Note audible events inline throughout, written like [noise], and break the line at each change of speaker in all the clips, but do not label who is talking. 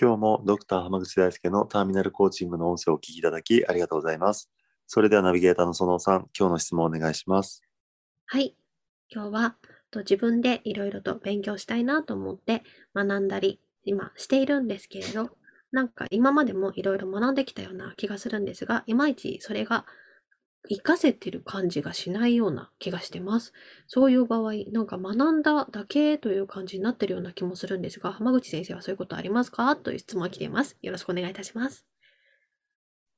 今日もドクター浜口大輔のターミナルコーチングの音声をお聞きいただきありがとうございますそれではナビゲーターの園尾さん今日の質問をお願いします
はい今日はと自分でいろいろと勉強したいなと思って学んだり今しているんですけれどなんか今までもいろいろ学んできたような気がするんですが、いまいちそれが活かせてる感じがしないような気がしてます。そういう場合、なんか学んだだけという感じになってるような気もするんですが、浜口先生はそういうことありますかという質問が来ています。よろしくお願いいたします。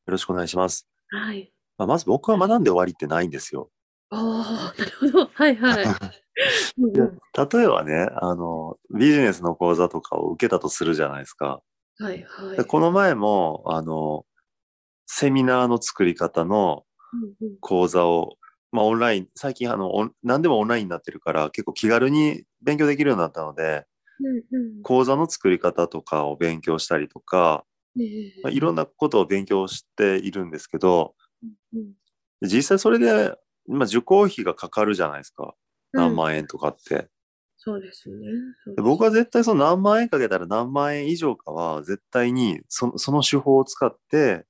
よろしくお願いします。
はい。
まあ、まず僕は学んで終わりってないんですよ。
ああ、なるほど。はい [laughs] はい。
うんうん、例えばね、あの、ビジネスの講座とかを受けたとするじゃないですか。
はいはい、
でこの前もあのセミナーの作り方の講座を、うんうん、まあ、オンライン最近あの何でもオンラインになってるから結構気軽に勉強できるようになったので、
うんうん、
講座の作り方とかを勉強したりとか、
うんうん、
まあ、いろんなことを勉強しているんですけど、
うん、
うん、実際それで、まあ、受講費がかかるじゃないですか何万円とかって。うん
そうですね
で。僕は絶対その何万円かけたら何万円以上かは絶対にそその手法を使って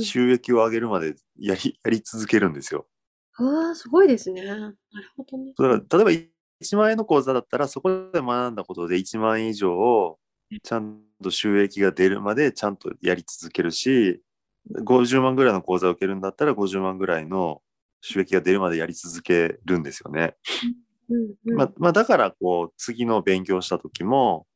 収益を上げるまでやり,うん、やり続けるんですよ。
ああ、すごいですね。なるほどね。
だから例えば1万円の講座だったらそこで学んだことで1万円以上をちゃんと収益が出るまでちゃんとやり続けるし、50万ぐらいの講座を受けるんだったら50万ぐらいの収益が出るまでやり続けるんですよね。
うんうんうん、
ままあ、だからこう次の勉強した時も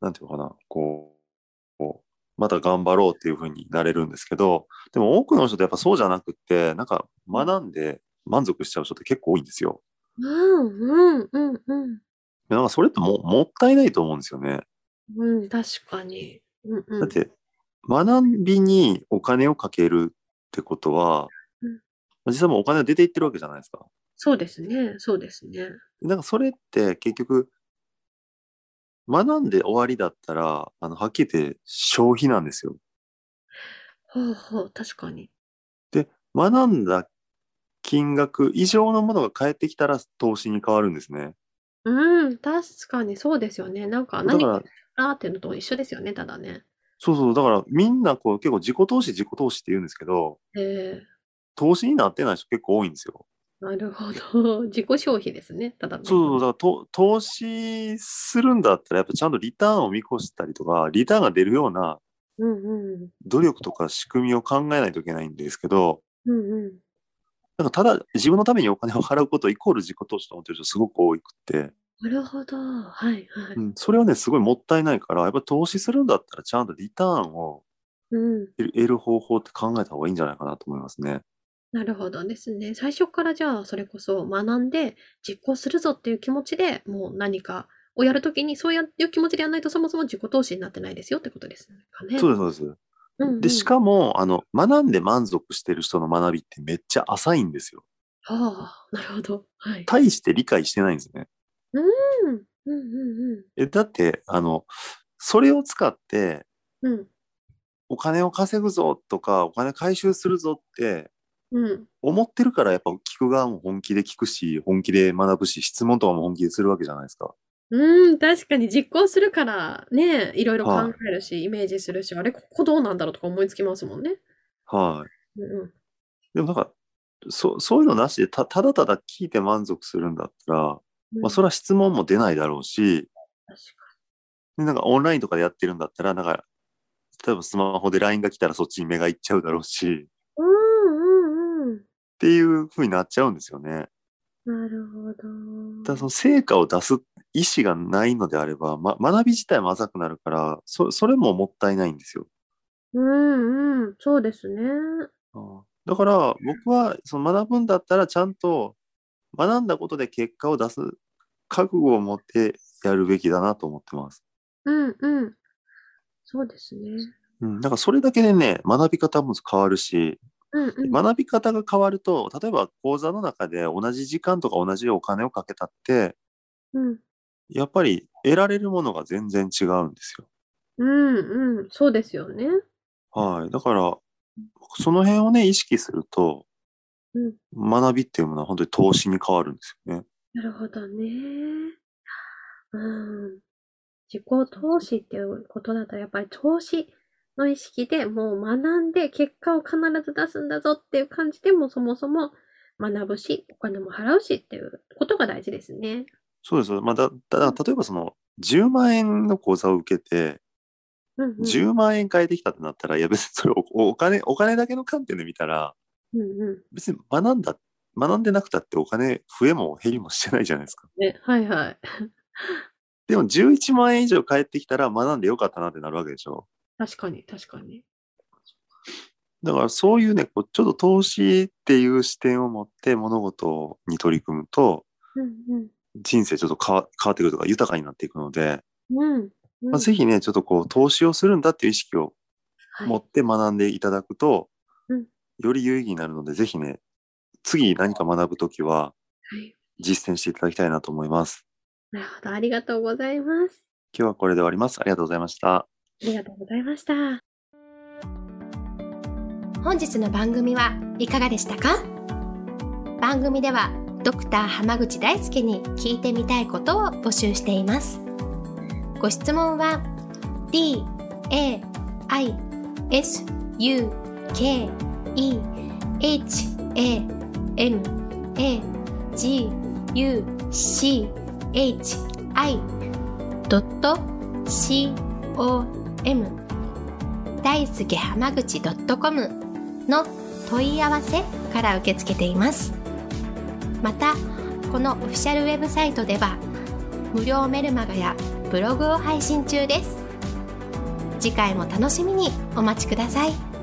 何て言うのかなこうまた頑張ろうっていう風になれるんですけどでも多くの人ってやっぱそうじゃなくってなんか学んで満足しちゃう人って結構多いんですよ。
うんうんうんうん。
なんかそれってももったいないと思うんですよね。
うん、確かに。うんうん、
だって学びにお金をかけるってことは、うん、実はもうお金は出ていってるわけじゃないですか。
そうですね、そうですね。
なんかそれって結局、学んで終わりだったら、あの、はっきり言って消費なんですよ。
ほうほう、確かに。
で、学んだ金額以上のものが返ってきたら投資に変わるんですね。
うん、確かにそうですよね。なんか何かあっていうのと一緒ですよね、ただね。
そうそう、だからみんなこう結構自己投資、自己投資って言うんですけど、
えー、
投資になってない人結構多いんですよ。
なるほど。 [laughs] 自己消費ですね。ただの。
そうそうだ投資するんだったら、やっぱちゃんとリターンを見越したりとか、リターンが出るような努力とか仕組みを考えないといけないんですけど、
うんうん、
なんかただ自分のためにお金を払うことイコール自己投資と思ってる人すごく多くて。
なるほど。はいはい、
うん。それはね、すごいもったいないから、やっぱ投資するんだったら、ちゃんとリターンを得る方法って考えた方がいいんじゃないかなと思いますね。
なるほどですね。最初からじゃあそれこそ学んで実行するぞっていう気持ちでもう何かをやるときにそういう気持ちでやらないとそもそも自己投資になってないですよってことですかね。
そうですそうです。うんうん、でしかもあの学んで満足してる人の学びってめっちゃ浅いんですよ。
はあなるほど。はい、
大して理解してないんですね。
うんうんうんうん。
えだってあのそれを使って、
うん、
お金を稼ぐぞとかお金回収するぞって
うん、
思ってるからやっぱ聞く側も本気で聞くし本気で学ぶし質問とかも本気でするわけじゃないですか。
うん確かに実行するからねいろいろ考えるし、はい、イメージするしあれここどうなんだろうとか思いつきますもんね。、
はい
うん、
でもなんかそそういうのなしでたただただ聞いて満足するんだったら、うん、まあ、それは質問も出ないだろうしでなんかオンラインとかでやってるんだったらなんか例えばスマホで LINE が来たらそっちに目がいっちゃうだろうし。っていうふうになっちゃうんですよね。
なるほど。
だその成果を出す意思がないのであれば、ま、学び自体も浅くなるからそ、それももったいないんですよ。
うんうん、そうですね。
だから僕はその学ぶんだったらちゃんと学んだことで結果を出す覚悟を持ってやるべきだなと思ってます。
うんうん。そうですね。
うん、だからそれだけでね、学び方も変わるし、
うんうん。
学び方が変わると、例えば講座の中で同じ時間とか同じお金をかけたって、
うん
やっぱり得られるものが全然違うんですよ。
うんうん。そうですよね。
はい。だから、その辺をね、意識すると、
うん
学びっていうものは本当に投資に変わるんですよね。
なるほどね。うん。自己投資っていうことだったら、やっぱり投資の意識でもう学んで結果を必ず出すんだぞっていう感じでもそもそも学ぶし、お金も払うしっていうことが大事ですね。
そうです。まあ、だ、だ、例えばその、10万円の講座を受けて、
うん、うん。
10万円返ってきたってなったら、いや別にそれおお金、お金だけの観点で見たら、
うんう
別に学んだ、学んでなくたってお金増えも減りもしてないじゃないですか。
ん。ね、はいはい。 [laughs]
でも11万円以上返ってきたら学んでよかったなってなるわけでしょ。
確かに、確かに。
だからそういうね、こうちょっと投資っていう視点を持って物事に取り組むと、
うん
人生ちょっと変わ変わってくるとか豊かになっていくので、
うん。うん。うん
まあ、ぜひね、ちょっとこう投資をするんだっていう意識を
はい
持って学んでいただくと、
うん
より有意義になるので、ぜひね、次何か学ぶときは
はい。
実践していただきたいなと思います。
なるほど。ありがとうございます。
今日はこれで終わります。ありがとうございました。
ありがとうございました。
本日の番組はいかがでしたか番組ではドクター濱口大輔に聞いてみたいことを募集していますご質問は d a i s u k e h a m a g u c h i c o m 大輔濱口 .com の問い合わせから受け付けていますまたこのオフィシャルウェブサイトでは無料メルマガやブログを配信中です次回も楽しみにお待ちください